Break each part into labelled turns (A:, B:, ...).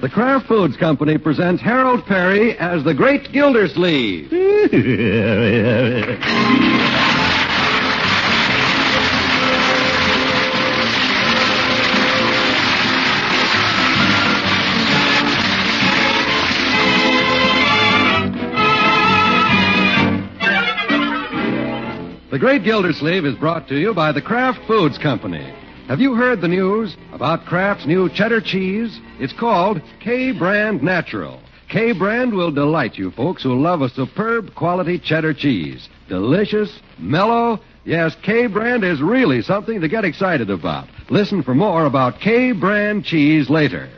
A: The Kraft Foods Company presents Harold Perry as the Great Gildersleeve. The Great Gildersleeve is brought to you by the Kraft Foods Company. Have you heard the news about Kraft's new cheddar cheese? It's called K Brand Natural. K Brand will delight you folks who love a superb quality cheddar cheese. Delicious, mellow. Yes, K Brand is really something to get excited about. Listen for more about K Brand cheese later.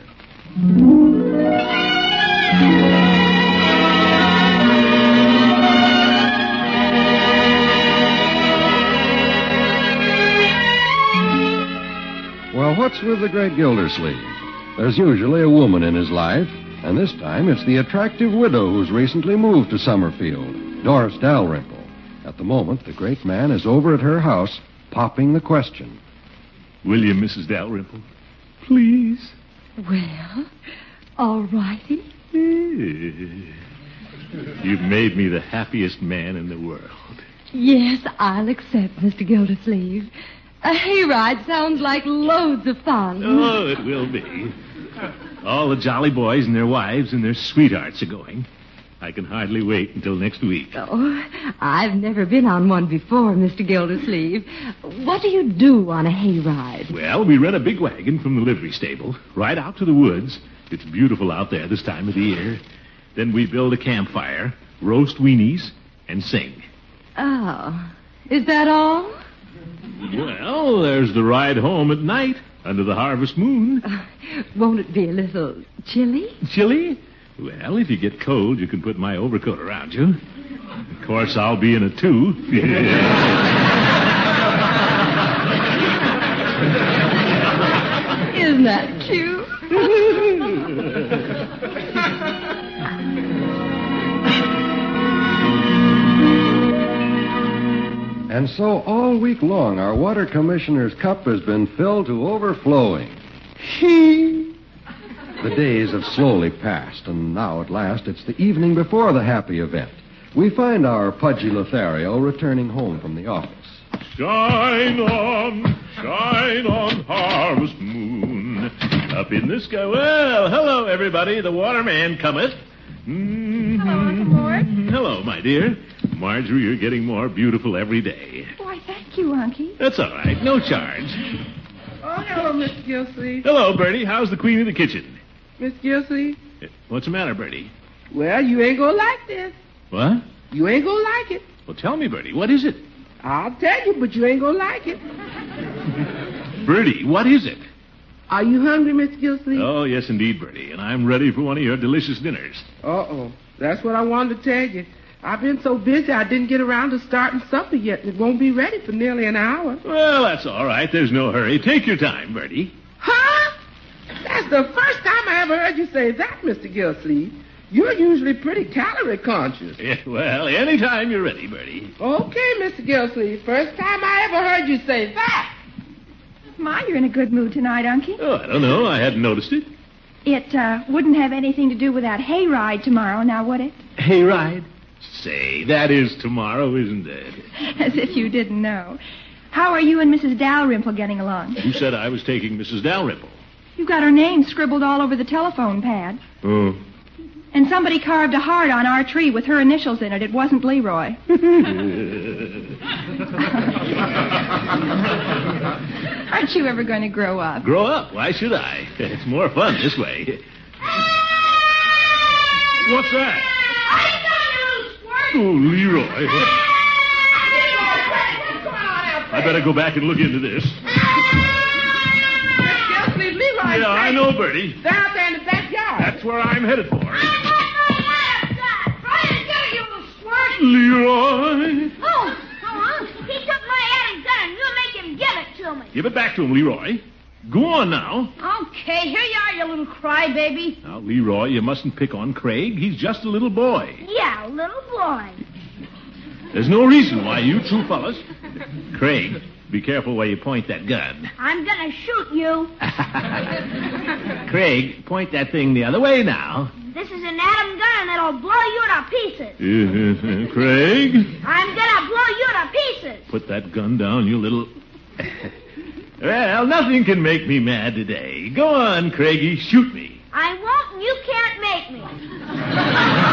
A: Well, what's with the great Gildersleeve? There's usually a woman in his life, and this time it's the attractive widow who's recently moved to Summerfield, Doris Dalrymple. At the moment, the great man is over at her house, popping the question.
B: Will you, Mrs. Dalrymple? Please.
C: Well, all righty.
B: You've made me the happiest man in the world.
C: Yes, I'll accept, Mr. Gildersleeve. A hayride sounds like loads of fun.
B: Oh, it will be. All the jolly boys and their wives and their sweethearts are going. I can hardly wait until next week.
C: Oh, I've never been on one before, Mr. Gildersleeve. What do you do on a hayride?
B: Well, we rent a big wagon from the livery stable right out to the woods. It's beautiful out there this time of the year. Then we build a campfire, roast weenies, and sing.
C: Oh, is that all?
B: Well, there's the ride home at night under the harvest moon.
C: Uh, Won't it be a little chilly?
B: Chilly? Well, if you get cold, you can put my overcoat around you. Of course, I'll be in a two.
C: Isn't that cute?
A: And so all week long, our water commissioner's cup has been filled to overflowing. the days have slowly passed, and now at last it's the evening before the happy event. We find our pudgy Lothario returning home from the office.
B: shine on, shine on, harvest moon. Up in the sky. Well, hello, everybody. The waterman cometh.
D: Hello, Uncle Mort.
B: Hello, my dear. Marjorie, you're getting more beautiful every day.
D: Why, thank you, Unky.
B: That's all right. No charge.
E: Oh, hello, Mr. Gilsey.
B: Hello, Bertie. How's the queen of the kitchen?
E: Miss Gilsey.
B: Eh, What's the matter, Bertie?
E: Well, you ain't gonna like this.
B: What?
E: You ain't gonna like it.
B: Well, tell me, Bertie, what is it?
E: I'll tell you, but you ain't gonna like it.
B: Bertie, what is it?
E: Are you hungry, Miss Gilsey?
B: Oh, yes, indeed, Bertie. And I'm ready for one of your delicious dinners.
E: Uh-oh. That's what I wanted to tell you. I've been so busy I didn't get around to starting supper yet, and it won't be ready for nearly an hour.
B: Well, that's all right. There's no hurry. Take your time, Bertie.
E: Huh? That's the first time I ever heard you say that, Mr. Gilsey. You're usually pretty calorie conscious.
B: Yeah, well, any time you're ready, Bertie.
E: Okay, Mr. Gilsey. First time I ever heard you say that.
D: My, you're in a good mood tonight, Unky.
B: Oh, I don't know. I hadn't noticed it.
D: It uh, wouldn't have anything to do with that hayride tomorrow, now would it?
B: Hayride? Say, that is tomorrow, isn't it?
D: As if you didn't know. How are you and Mrs. Dalrymple getting along?
B: You said I was taking Mrs. Dalrymple.
D: You've got her name scribbled all over the telephone pad.
B: Oh.
D: And somebody carved a heart on our tree with her initials in it. It wasn't Leroy. Aren't you ever going to grow up?
B: Grow up. Why should I? It's more fun this way. What's that? Oh, Leroy. I better go back and look into this.
E: Miss Gilsey, Leroy's
B: Yeah, I
E: crazy.
B: know, Bertie.
E: They're out there in the backyard.
B: That's where I'm headed for. Leroy.
F: Oh,
B: Give it back to him, Leroy. Go on now.
F: Okay, here you are, you little crybaby.
B: Now, Leroy, you mustn't pick on Craig. He's just a little boy.
F: Yeah, little boy.
B: There's no reason why you two fellas. Craig, Be careful where you point that gun.
F: I'm gonna shoot you.
B: Craig, point that thing the other way now.
F: This is an atom gun and it'll blow you to pieces.
B: Craig?
F: I'm gonna blow you to pieces.
B: Put that gun down, you little. well, nothing can make me mad today. Go on, Craigie, shoot me.
F: I won't and you can't make me.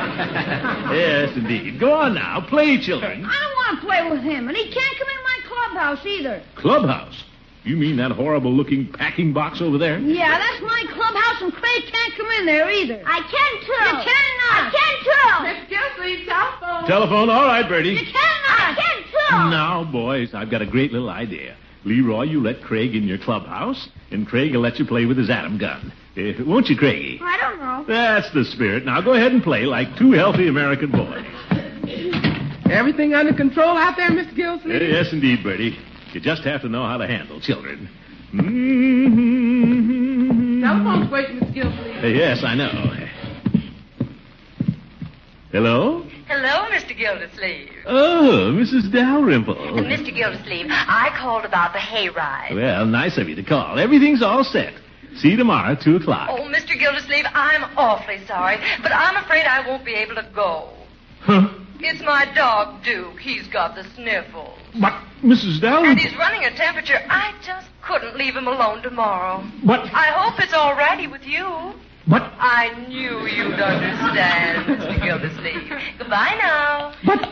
B: Yes, indeed. Go on now. Play, children.
F: I don't want to play with him, and he can't come in my clubhouse either.
B: Clubhouse. You mean that horrible looking packing box over there?
F: Yeah, that's my clubhouse, and Craig can't come in there either. I can too. You cannot. I can too.
E: Excuse me, telephone.
B: Telephone. All right, Bertie.
F: You cannot. I can too.
B: Now, boys, I've got a great little idea. Leroy, you let Craig in your clubhouse, and Craig will let you play with his atom gun. Eh, won't you, Craigie?
F: I don't know.
B: That's the spirit. Now go ahead and play like two healthy American boys.
E: Everything under control out there, Mr. Gilsleeve?
B: Eh, yes, indeed, Bertie. You just have to know how to handle children. Mm-hmm.
E: Telephone's waiting, Miss Gilsleeve.
B: Eh, Yes, I know. Hello?
G: Hello, Mr. Gildersleeve.
B: Oh, Mrs. Dalrymple.
G: Mr. Gildersleeve, I called about the hayride.
B: Well, nice of you to call. Everything's all set. See you tomorrow at 2 o'clock.
G: Oh, Mr. Gildersleeve, I'm awfully sorry, but I'm afraid I won't be able to go.
B: Huh?
G: It's my dog, Duke. He's got the sniffles.
B: But, Mrs.
G: And
B: Dalrymple.
G: he's running a temperature. I just couldn't leave him alone tomorrow.
B: But,
G: I hope it's all righty with you.
B: but,
G: I knew you'd understand, Mr. Gildersleeve. Goodbye now.
B: but.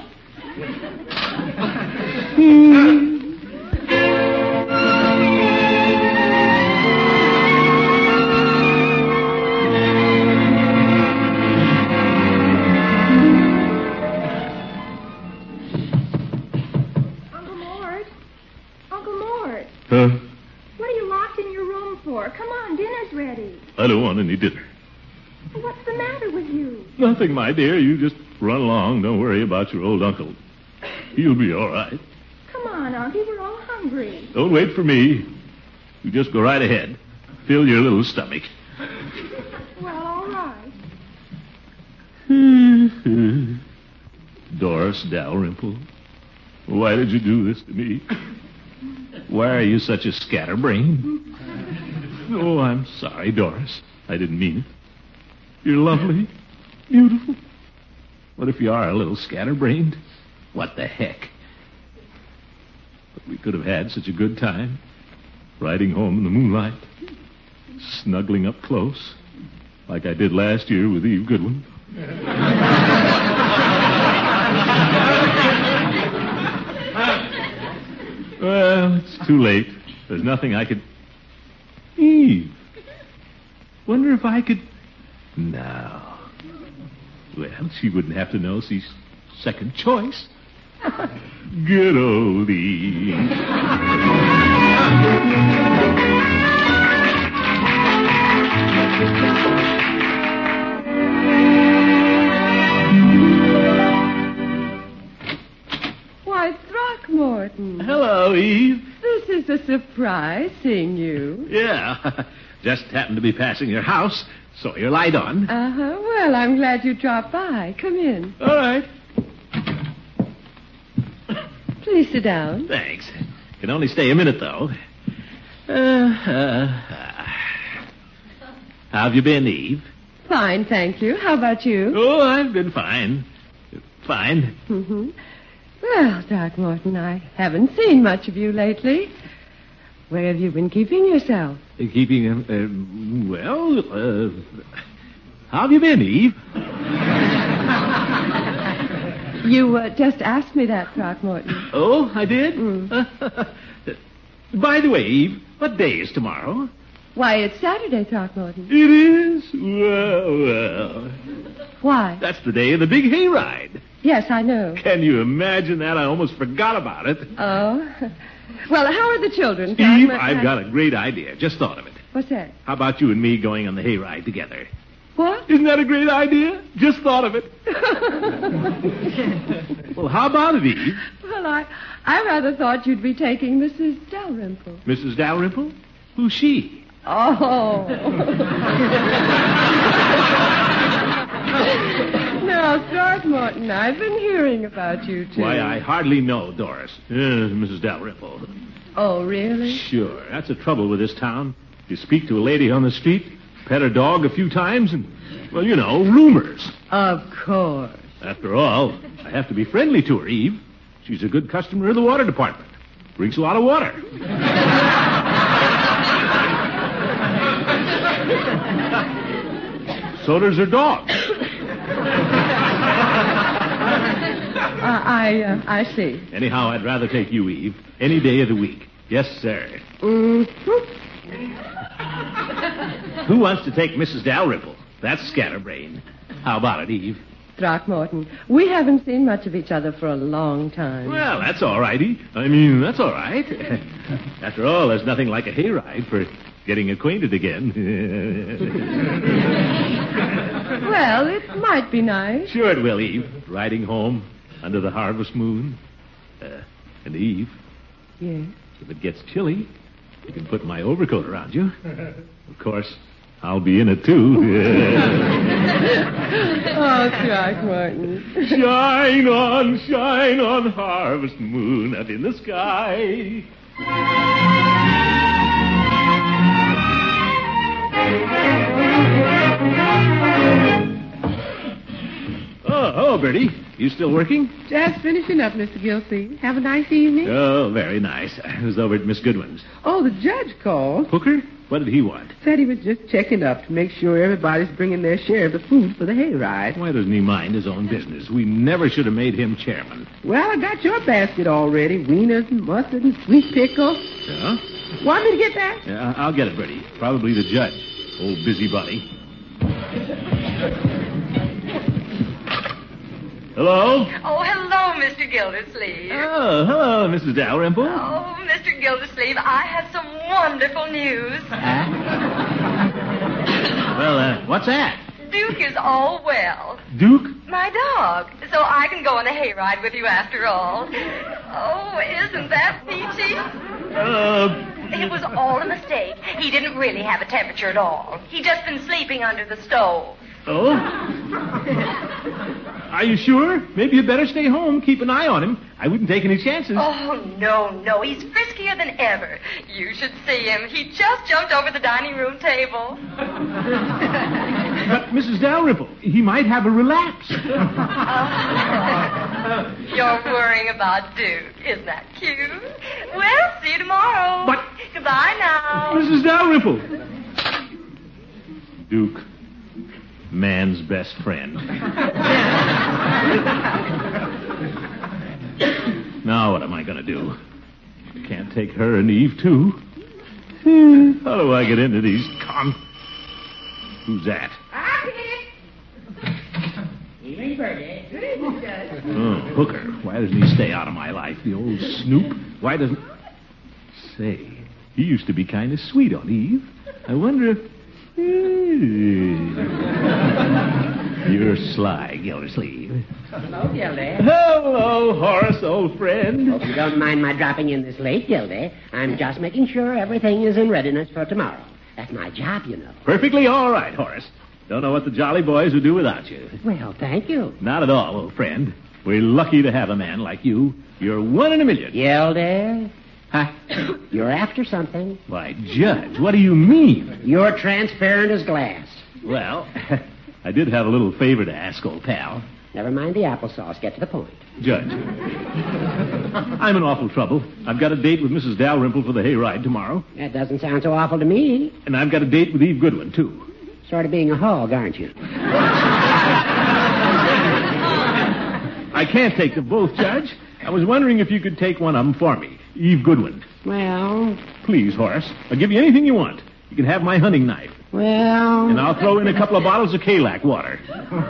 D: Uncle Mort. Uncle Mort.
B: Huh?
D: What are you locked in your room for? Come on, dinner's ready.
B: I don't want any dinner.
D: What's the matter with you?
B: Nothing, my dear. You just run along. Don't worry about your old uncle. He'll be all right.
D: Come on, Uncle. We're all hungry.
B: Don't wait for me. You just go right ahead. Fill your little stomach.
D: Well, all right.
B: Doris Dalrymple, why did you do this to me? Why are you such a scatterbrain? Oh, I'm sorry, Doris. I didn't mean it. You're lovely, beautiful. What if you are a little scatterbrained? What the heck? But we could have had such a good time. Riding home in the moonlight, snuggling up close, like I did last year with Eve Goodwin. Well, it's too late. There's nothing I could. Eve. Wonder if I could. No. Well, she wouldn't have to know she's second choice. Good old Eve.
C: Why, Throckmorton,
B: Hello, Eve.
C: this is a surprise seeing you.
B: Yeah. Just happened to be passing your house, saw your light on.
C: Uh huh. Well, I'm glad you dropped by. Come in.
B: All right.
C: Please sit down.
B: Thanks. Can only stay a minute, though. Uh,
C: Uh-huh.
B: uh, uh. How have you been, Eve?
C: Fine, thank you. How about you?
B: Oh, I've been fine. Fine.
C: Mm-hmm. Well, Throckmorton, I haven't seen much of you lately. Where have you been keeping yourself?
B: Keeping, um, uh, well, uh, how have you been, Eve?
C: You uh, just asked me that, Throckmorton.
B: Oh, I did? Mm. By the way, Eve, what day is tomorrow?
C: Why, it's Saturday, Throckmorton.
B: It is? uh, Well, Oh, well.
C: Why?
B: That's the day of the big hayride.
C: Yes, I know.
B: Can you imagine that? I almost forgot about it.
C: Oh. Well, how are the children?
B: Eve,
C: Throckmorton?
B: I've got a great idea. Just thought of it.
C: What's that?
B: How about you and me going on the hayride together?
C: What?
B: Isn't that a great idea? Just thought of it. well, how about it, Eve?
C: Well, I, I rather thought you'd be taking Mrs. Dalrymple.
B: Mrs. Dalrymple? Who's she?
C: Oh. no, Well, Throckmorton, I've been hearing about you two.
B: Why, I hardly know, Doris. Uh, Mrs. Dalrymple.
C: Oh, really?
B: Sure, that's the trouble with this town. You speak to a lady on the street, pet her dog a few times, and, well, you know, rumors.
C: Of course.
B: After all, I have to be friendly to her, Eve. She's a good customer of the water department. Drinks a lot of water. so does her dog.
C: Uh, I, uh, I see.
B: Anyhow, I'd rather take you, Eve, any day of the week. Yes, sir.
C: Mm-hmm.
B: Who wants to take Mrs. Dalrymple? That's scatterbrain. How about it, Eve?
C: Throckmorton, we haven't seen much of each other for a long time.
B: Well, that's all right, Eve. I mean, that's all right. After all, there's nothing like a hayride for getting acquainted again.
C: Well, it might be nice.
B: sure it will, Eve. Riding home under the harvest moon. Uh, and Eve,
C: Yes.
B: if it gets chilly, you can put my overcoat around you. Of course, I'll be in it, too.
C: Oh, Throckmorton.
B: Shine on, shine on, harvest moon up in the sky. Oh, hello, Bertie. You still working?
E: Just finishing up, Mr. Gilsey. Have a nice evening.
B: Oh, very nice. I was over at Miss Goodwin's.
E: Oh, the judge called.
B: Hooker? What did he want?
E: Said he was just checking up to make sure everybody's bringing their share of the food for the hayride.
B: Why doesn't he mind his own business? We never should have made him chairman.
E: Well, I got your basket already. Wieners and mustard and sweet pickles.
B: Yeah?
E: Want me to get that?
B: Yeah, I'll get it, Bertie. Probably the judge. Old busybody. Hello?
G: Oh, hello, Mr. Gildersleeve.
B: Oh, hello, Mrs. Dalrymple.
G: Oh, Mr. Gildersleeve, I have some wonderful news.
B: Well, uh, what's that?
G: Duke is all well.
B: Duke?
G: My dog. So I can go on a hayride with you after all. Oh, isn't that peachy?
B: Uh,
G: It was all a mistake. He didn't really have a temperature at all. He'd just been sleeping under the stove.
B: oh? Are you sure? Maybe you'd better stay home. Keep an eye on him. I wouldn't take any chances.
G: Oh, no, no. He's friskier than ever. You should see him. He just jumped over the dining room table.
B: But, Mrs. Uh, Dalrymple, he might have a relapse.
G: You're worrying about Duke. Isn't that cute? Well, see you tomorrow.
B: But-
G: Goodbye now.
B: Mrs. Dalrymple. Duke, man's best friend. now what am I going to do? I can't take her and Eve too. Hmm, How do I get into these con? Who's that? Oh, Hooker. Why doesn't he stay out of my life? The old snoop. Why doesn't. Say, he used to be kind of sweet on Eve. I wonder if. eh, You're sly, Gildersleeve.
H: Hello, Gildy.
B: Hello, Horace, old friend.
H: Hope you don't mind my dropping in this late, Gildy. I'm just making sure everything is in readiness for tomorrow. That's my job, you know.
B: Perfectly all right, Horace. Don't know what the Jolly Boys would do without you.
H: Well, thank you.
B: Not at all, old friend. We're lucky to have a man like you. You're one in a million.
H: Gildy? Huh? You're after something.
B: Why, Judge, what do you mean?
H: You're transparent as glass.
B: Well, I did have a little favor to ask, old pal.
H: Never mind the applesauce. Get to the point.
B: Judge. I'm in awful trouble. I've got a date with Mrs. Dalrymple for the hayride tomorrow,
H: That doesn't sound so awful to me.
B: and I've got a date with Eve Goodwin, too.
H: Sort of being a hog, aren't you?
B: I can't take them both, Judge. I was wondering if you could take one of them for me. Eve Goodwin.
H: Well,
B: Please, Horace. I'll give you anything you want. You can have my hunting knife,
H: well,
B: and I'll throw in a couple of bottles of Kalak water.
H: well,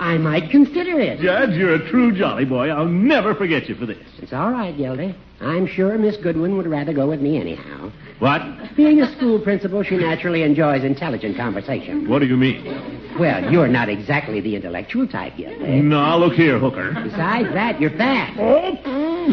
H: I might consider it.
B: Judge, you're a true jolly boy. I'll never forget you for this.
H: It's all right, Gildy. I'm sure Miss Goodwin would rather go with me anyhow.
B: What?
H: Being a school principal, she naturally enjoys intelligent conversation.
B: What do you mean?
H: Well, you're not exactly the intellectual type, Gildy.
B: Now, look here, Hooker.
H: Besides that, you're fat.
B: Oh.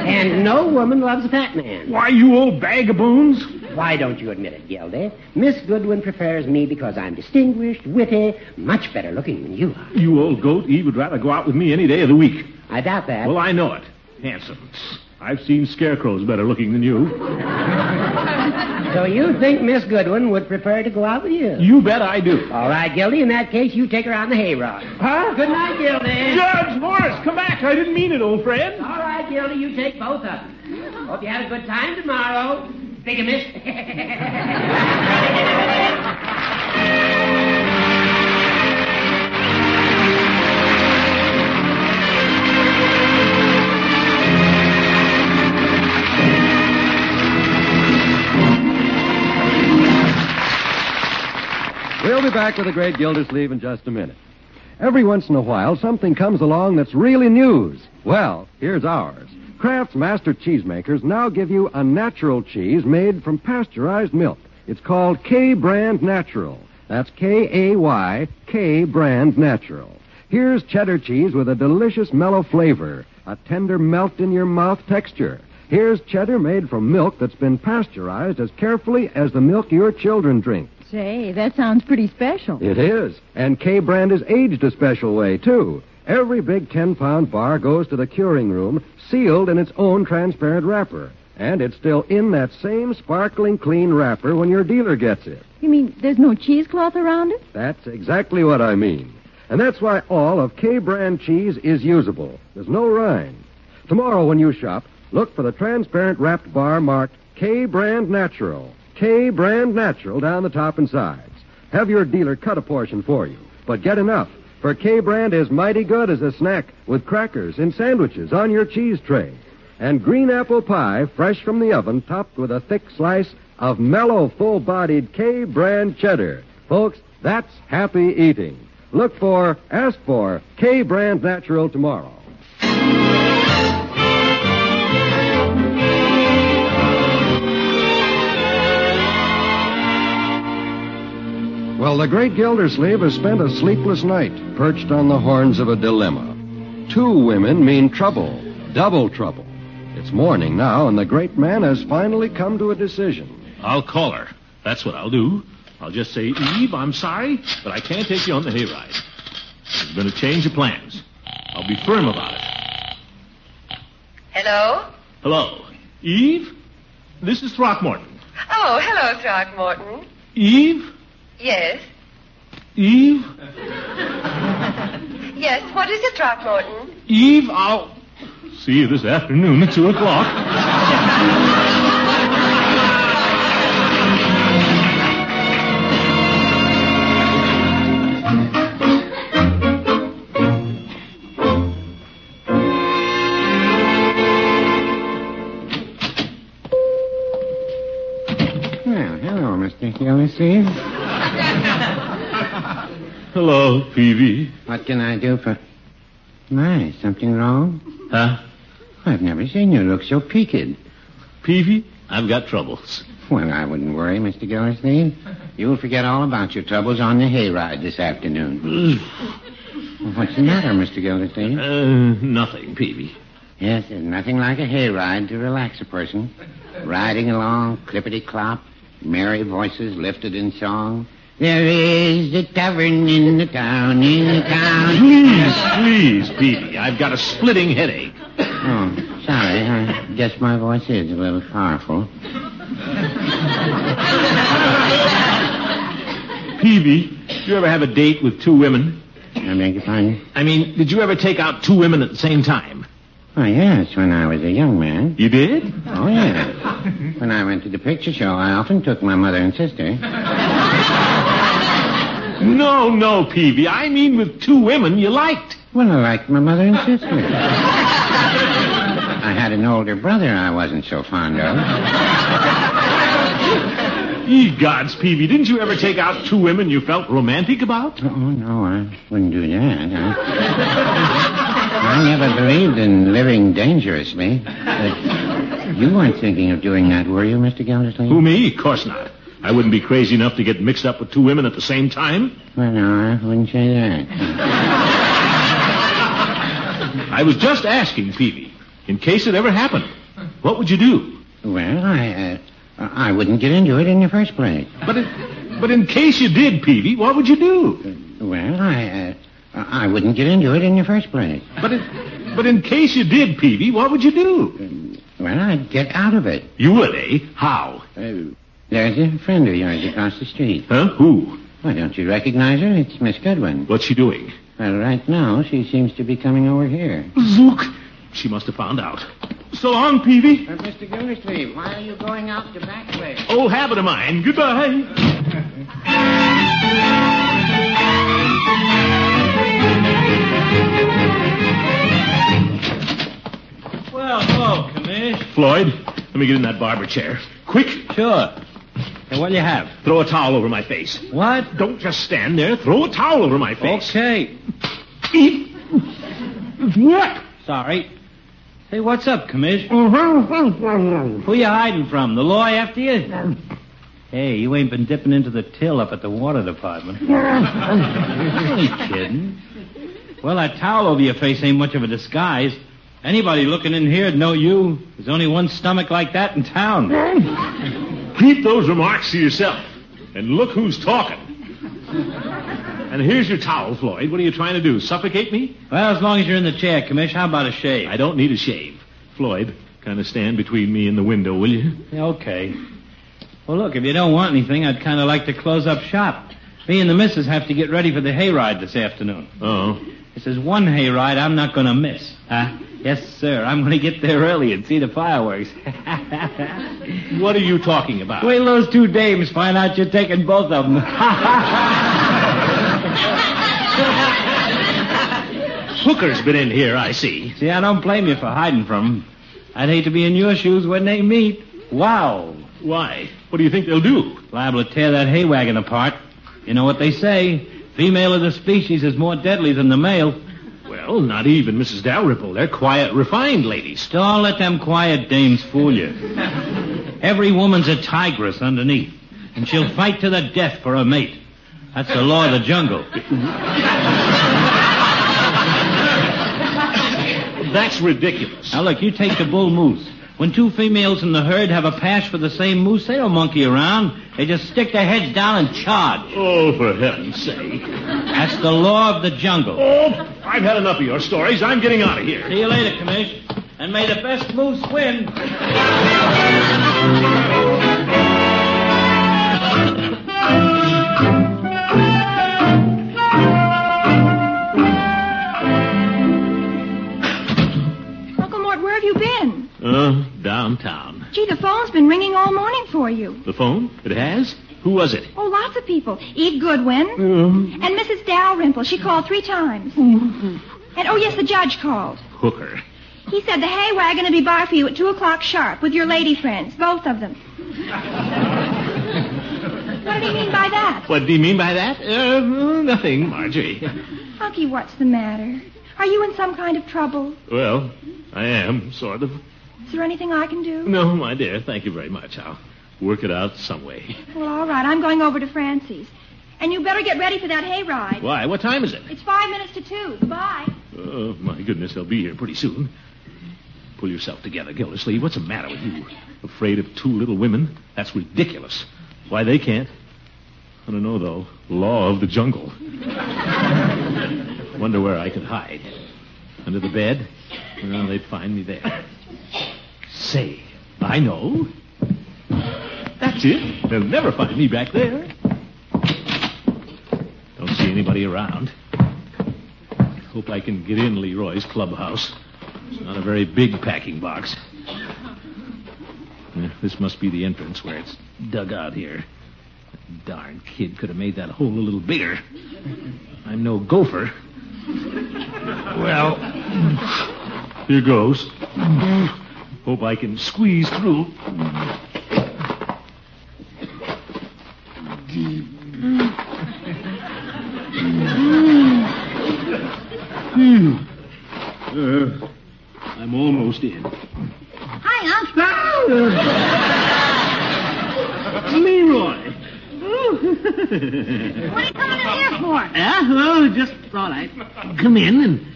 H: And no woman loves a fat man.
B: Why, you old bag of bones?
H: Why don't you admit it, Gildy? Miss Goodwin prefers me because I'm distinguished, witty, much better looking than you are.
B: You old goat, Eve would rather go out with me any day of the week.
H: I doubt that.
B: Well, I know it. Handsome. I've seen scarecrows better looking than you.
H: So you think Miss Goodwin would prefer to go out with you?
B: You bet I do.
H: All right, Gildy. In that case, you take her on the hayrock. Huh? Good night, Gildy.
B: Judge Morris, come back. I didn't mean it, old friend.
H: All right, Gildy. You take both of them. Hope you had a good time tomorrow. Bigamist.
A: We'll be back with the great Gildersleeve in just a minute. Every once in a while, something comes along that's really news. Well, here's ours. Kraft's master cheesemakers now give you a natural cheese made from pasteurized milk. It's called K Brand Natural. That's K A Y K Brand Natural. Here's cheddar cheese with a delicious mellow flavor, a tender melt in your mouth texture. Here's cheddar made from milk that's been pasteurized as carefully as the milk your children drink.
I: Say, that sounds pretty special.
A: It is. And K brand is aged a special way, too. Every big 10 pound bar goes to the curing room, sealed in its own transparent wrapper. And it's still in that same sparkling clean wrapper when your dealer gets it.
I: You mean there's no cheesecloth around it?
A: That's exactly what I mean. And that's why all of K brand cheese is usable. There's no rind. Tomorrow when you shop, look for the transparent wrapped bar marked K brand natural. K brand natural down the top and sides. Have your dealer cut a portion for you, but get enough. For K brand is mighty good as a snack with crackers and sandwiches on your cheese tray. And green apple pie, fresh from the oven, topped with a thick slice of mellow, full bodied K brand cheddar. Folks, that's happy eating. Look for, ask for K brand natural tomorrow. Well, the great Gildersleeve has spent a sleepless night perched on the horns of a dilemma. Two women mean trouble, double trouble. It's morning now, and the great man has finally come to a decision.
B: I'll call her. That's what I'll do. I'll just say, Eve, I'm sorry, but I can't take you on the hayride. There's been a change of plans. I'll be firm about it.
G: Hello?
B: Hello. Eve? This is Throckmorton.
G: Oh, hello, Throckmorton.
B: Eve?
G: Yes?
B: Eve?
G: Yes, what is it, Throckmorton?
B: Eve, I'll see you this afternoon at 2 o'clock.
H: Well, hello, Mr. Gildersleeve.
B: Hello, Peavy.
H: What can I do for. My, something wrong?
B: Huh?
H: I've never seen you look so peaked.
B: Peavy, I've got troubles.
H: Well, I wouldn't worry, Mr. Gildersleeve. You'll forget all about your troubles on the hayride this afternoon. What's the matter, Mr. Gildersleeve?
B: Uh, nothing, Peavy.
H: Yes, there's nothing like a hayride to relax a person. Riding along, clippity clop, merry voices lifted in song. There is a tavern in the town, in the
B: Please,
H: town.
B: please, Peavy. I've got a splitting headache.
H: Oh, sorry. I guess my voice is a little powerful.
B: Peavy, did you ever have a date with two women?
H: I beg your pardon?
B: I mean, did you ever take out two women at the same time?
H: Oh, yes, when I was a young man.
B: You did?
H: Oh, yeah. When I went to the picture show, I often took my mother and sister.
B: No, no, Peavy. I mean with two women you liked.
H: Well, I liked my mother and sister. I had an older brother I wasn't so fond of.
B: Ye gods, Peavy, didn't you ever take out two women you felt romantic about?
H: Oh, no, I wouldn't do that. I, I never believed in living dangerously. But you weren't thinking of doing that, were you, Mr. Gildersleeve?
B: Who, me? Of course not. I wouldn't be crazy enough to get mixed up with two women at the same time.
H: Well, no, I wouldn't say that.
B: I was just asking, Peavy, in case it ever happened, what would you do?
H: Well, I, uh, I wouldn't get into it in the first place.
B: But but in case you did, Peavy, what would you do?
H: Well, I, uh, I wouldn't get into it in the first place.
B: But in, but in case you did, Peavy, what would you do?
H: Well, I'd get out of it.
B: You would, eh? How?
H: Uh, there's a friend of yours across the street.
B: Huh? Who?
H: Why don't you recognize her? It's Miss Goodwin.
B: What's she doing?
H: Well, right now she seems to be coming over here.
B: Zook! She must have found out. So long, Peavy.
H: Uh, Mr. Gildersleeve, why are you going out the back way?
B: Old habit of mine. Goodbye.
J: Well, hello, Commish.
B: Floyd, let me get in that barber chair. Quick.
J: Sure. And what do you have?
B: Throw a towel over my face.
J: What?
B: Don't just stand there. Throw a towel over my face.
J: Okay.
B: Eat. What?
J: Sorry. Hey, what's up, Commish? Who you hiding from? The law after you? Hey, you ain't been dipping into the till up at the water department. ain't kidding. Well, that towel over your face ain't much of a disguise. Anybody looking in here'd know you. There's only one stomach like that in town.
B: Keep those remarks to yourself. And look who's talking. And here's your towel, Floyd. What are you trying to do? Suffocate me?
J: Well, as long as you're in the chair, Commish, how about a shave?
B: I don't need a shave. Floyd, kind of stand between me and the window, will you?
J: Yeah, okay. Well, look, if you don't want anything, I'd kind of like to close up shop. Me and the missus have to get ready for the hayride this afternoon.
B: Oh.
J: This is one hayride I'm not going to miss. Huh? Yes, sir. I'm going to get there early and see the fireworks.
B: What are you talking about?
J: Wait till those two dames find out you're taking both of them.
B: Hooker's been in here, I see.
J: see, I don't blame you for hiding from 'em. I'd hate to be in your shoes when they meet. Wow.
B: Why? What do you think they'll do?
J: Liable to tear that hay wagon apart. You know what they say. Female of the species is more deadly than the male.
B: Well, not even Mrs. Dalrymple. They're quiet, refined ladies.
J: Don't let them quiet dames fool you. Every woman's a tigress underneath, and she'll fight to the death for her mate. That's the law of the jungle.
B: That's ridiculous.
J: Now look, you take the bull moose. When two females in the herd have a pass for the same moose, they don't monkey around. They just stick their heads down and charge.
B: Oh, for heaven's sake.
J: That's the law of the jungle.
B: Oh, I've had enough of your stories. I'm getting out of here.
J: See you later, Commish. And may the best moose win.
D: Uncle Mort, where have you been?
B: Uh, downtown.
D: Gee, the phone's been ringing all morning for you.
B: The phone? It has? Who was it?
D: Oh, lots of people. Eve Goodwin.
B: Mm-hmm.
D: And Mrs. Dalrymple. She called three times. And oh, yes, the judge called.
B: Hooker.
D: He said the hay wagon would be by for you at 2 o'clock sharp with your lady friends, both of them. what did he mean by that?
B: What do you mean by that? Uh, nothing, Marjorie.
D: Hunky, what's the matter? Are you in some kind of trouble?
B: Well, I am, sort of.
D: Is there anything I can do?
B: No, my dear, thank you very much. I'll work it out some way.
D: Well, all right. I'm going over to Francie's. And you better get ready for that hay ride.
B: Why, what time is it?
D: It's five minutes to two. Goodbye.
B: Oh, my goodness, they'll be here pretty soon. Pull yourself together, Gildersleeve. What's the matter with you? Afraid of two little women? That's ridiculous. Why, they can't. I don't know, though. Law of the jungle. Wonder where I could hide. Under the bed? Well, they'd find me there. Say, I know. That's it. They'll never find me back there. Don't see anybody around. Hope I can get in Leroy's clubhouse. It's not a very big packing box. Yeah, This must be the entrance where it's dug out here. That darn kid could have made that hole a little bigger. I'm no gopher. Well, here goes. Hope I can squeeze through.
D: Mm.
B: Hmm. Uh, I'm almost in.
F: Hi, Unc.
B: Leroy!
F: What are you coming in here for?
B: Uh, Yeah, well, just thought I'd come in and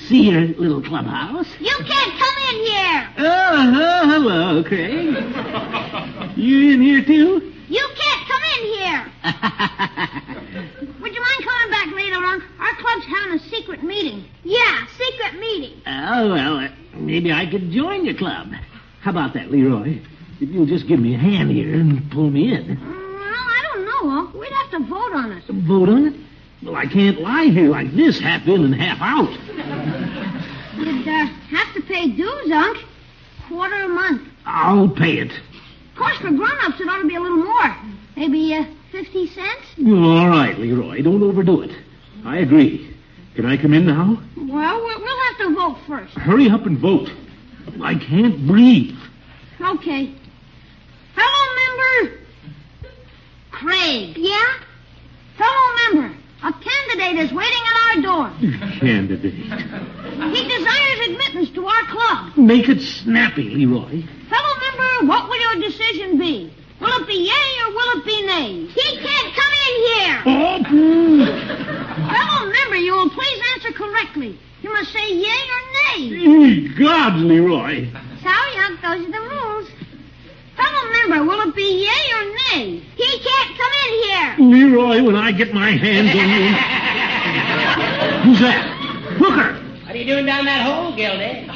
B: See your little clubhouse?
F: You can't come in here.
B: Oh, oh, hello, Craig. You in here too?
F: You can't come in here.
B: Uh,
F: Would you mind coming back later on? Our club's having a secret meeting. Yeah, secret meeting.
B: Oh, well, uh, maybe I could join your club. How about that, Leroy? If you'll just give me a hand here and pull me in.
F: Well, I don't know, Unc. We'd have to vote on it.
B: Vote on it? Well, I can't lie here like this, half in and half out.
F: You'd uh, have to pay dues, Unc. Quarter a month.
B: I'll pay it.
F: Of course, for grown-ups, it ought to be a little more. Maybe uh, 50 cents?
B: All right, Leroy, don't overdo it. I agree. Can I come in now?
F: Well, we- we'll have to vote first.
B: Hurry up and vote. I can't breathe.
F: Okay. Fellow member Craig. Yeah? Fellow member, a candidate is waiting at our door.
B: Candidate.
F: He desires admittance to our club.
B: Make it snappy, Leroy.
F: Fellow member, what will your decision be? Will it be yay or will it be nay? He can't come in here. Fellow member, you will please answer correctly. You must say yay or nay.
B: Ye God, Leroy.
F: Sorry, Unc, those are the rules. Fellow member, will it be yay or nay? He can't come in here.
B: Leroy, when I get my hands on you. Who's that? Hooker!
K: What are you doing down that hole, Gildy?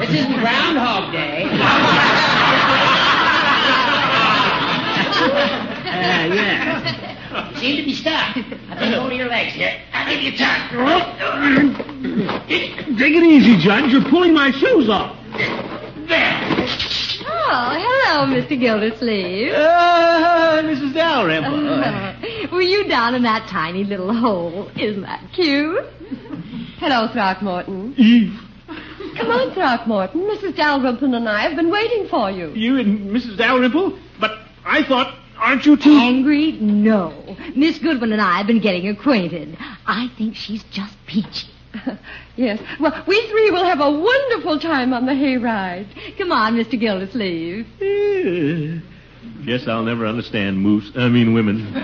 K: This isn't Groundhog Day.
B: Uh, yeah.
K: You seem to be stuck. I think over your legs here. I'll give you time.
B: Take it easy, Judge. You're pulling my shoes off.
G: Oh, hello, Mr. Gildersleeve. Um,
L: Uh, Mrs. Dalrymple.
G: Were you down in that tiny little hole? Isn't that cute?
C: Hello, Throckmorton.
L: E.
B: Eve.
C: Come on, Throckmorton. Mrs. Dalrymple and I have been waiting for you.
B: You and Mrs. Dalrymple? But I thought, aren't you two?
G: Angry? No. Miss Goodwin and I have been getting acquainted. I think she's just peachy.
C: yes. Well, we three will have a wonderful time on the hayride.
G: Come on, Mr. Gildersleeve.
M: Eh, Guess I'll never understand moose. I mean, women.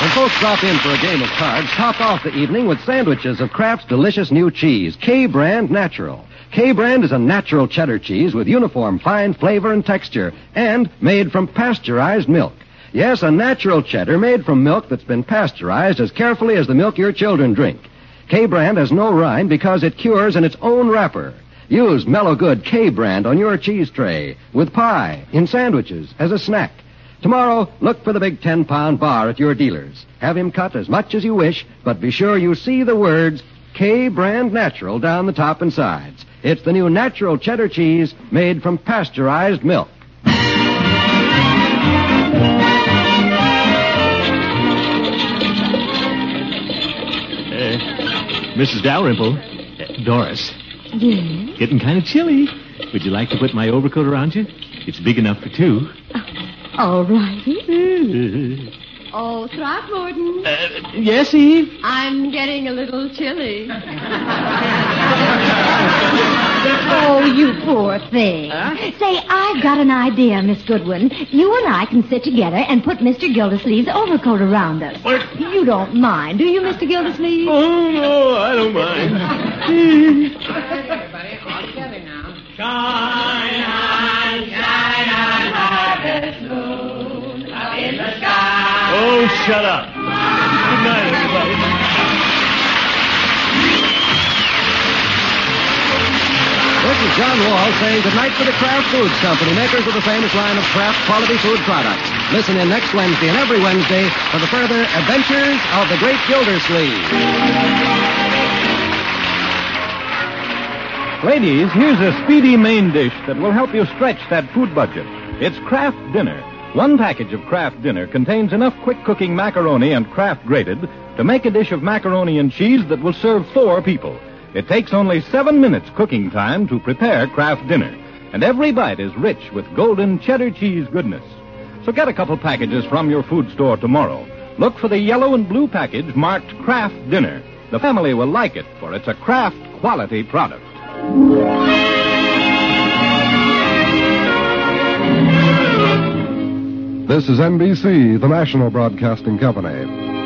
A: When folks drop in for a game of cards, top off the evening with sandwiches of Kraft's delicious new cheese, K Brand Natural. K Brand is a natural cheddar cheese with uniform fine flavor and texture, and made from pasteurized milk. Yes, a natural cheddar made from milk that's been pasteurized as carefully as the milk your children drink. K Brand has no rind because it cures in its own wrapper. Use Mellow Good K Brand on your cheese tray, with pie, in sandwiches, as a snack. Tomorrow, look for the big 10 pound bar at your dealer's. Have him cut as much as you wish, but be sure you see the words K Brand Natural down the top and sides. It's the new natural cheddar cheese made from pasteurized milk.
M: Eh, Mrs. Dalrymple. Eh, Doris.
B: Mm-hmm.
G: Yes.
M: Getting kind of chilly. Would you like to put my overcoat around you? It's big enough for two.
G: All
B: Mm-hmm.
G: righty.
M: Eh,
C: Oh, Throckmorton.
M: Uh, yes, Eve?
C: I'm getting a little chilly.
G: Oh, you poor thing. Say, I've got an idea, Miss Goodwin. You and I can sit together and put Mr. Gildersleeve's overcoat around us. You don't mind, do you, Mr. Gildersleeve?
M: Oh, no, I don't
B: Mm-hmm.
M: mind. Oh, shut up. Good night, everybody.
A: This is John Wall saying goodnight for the Kraft Foods Company, makers of the famous line of Kraft quality food products. Listen in next Wednesday and every Wednesday for the further adventures of the great Gildersleeve.
J: Ladies, here's a speedy main dish that will help you stretch that food budget. It's Kraft Dinner. One package of Kraft Dinner contains enough quick cooking macaroni and Kraft grated to make a dish of macaroni and cheese that will serve four people. It takes only seven minutes cooking time to prepare Kraft Dinner, and every bite is rich with golden cheddar cheese goodness. So get a couple packages from your food store tomorrow. Look for the yellow and blue package marked Kraft Dinner. The family will like it, for it's a Kraft quality product.
A: This is NBC, the national broadcasting company.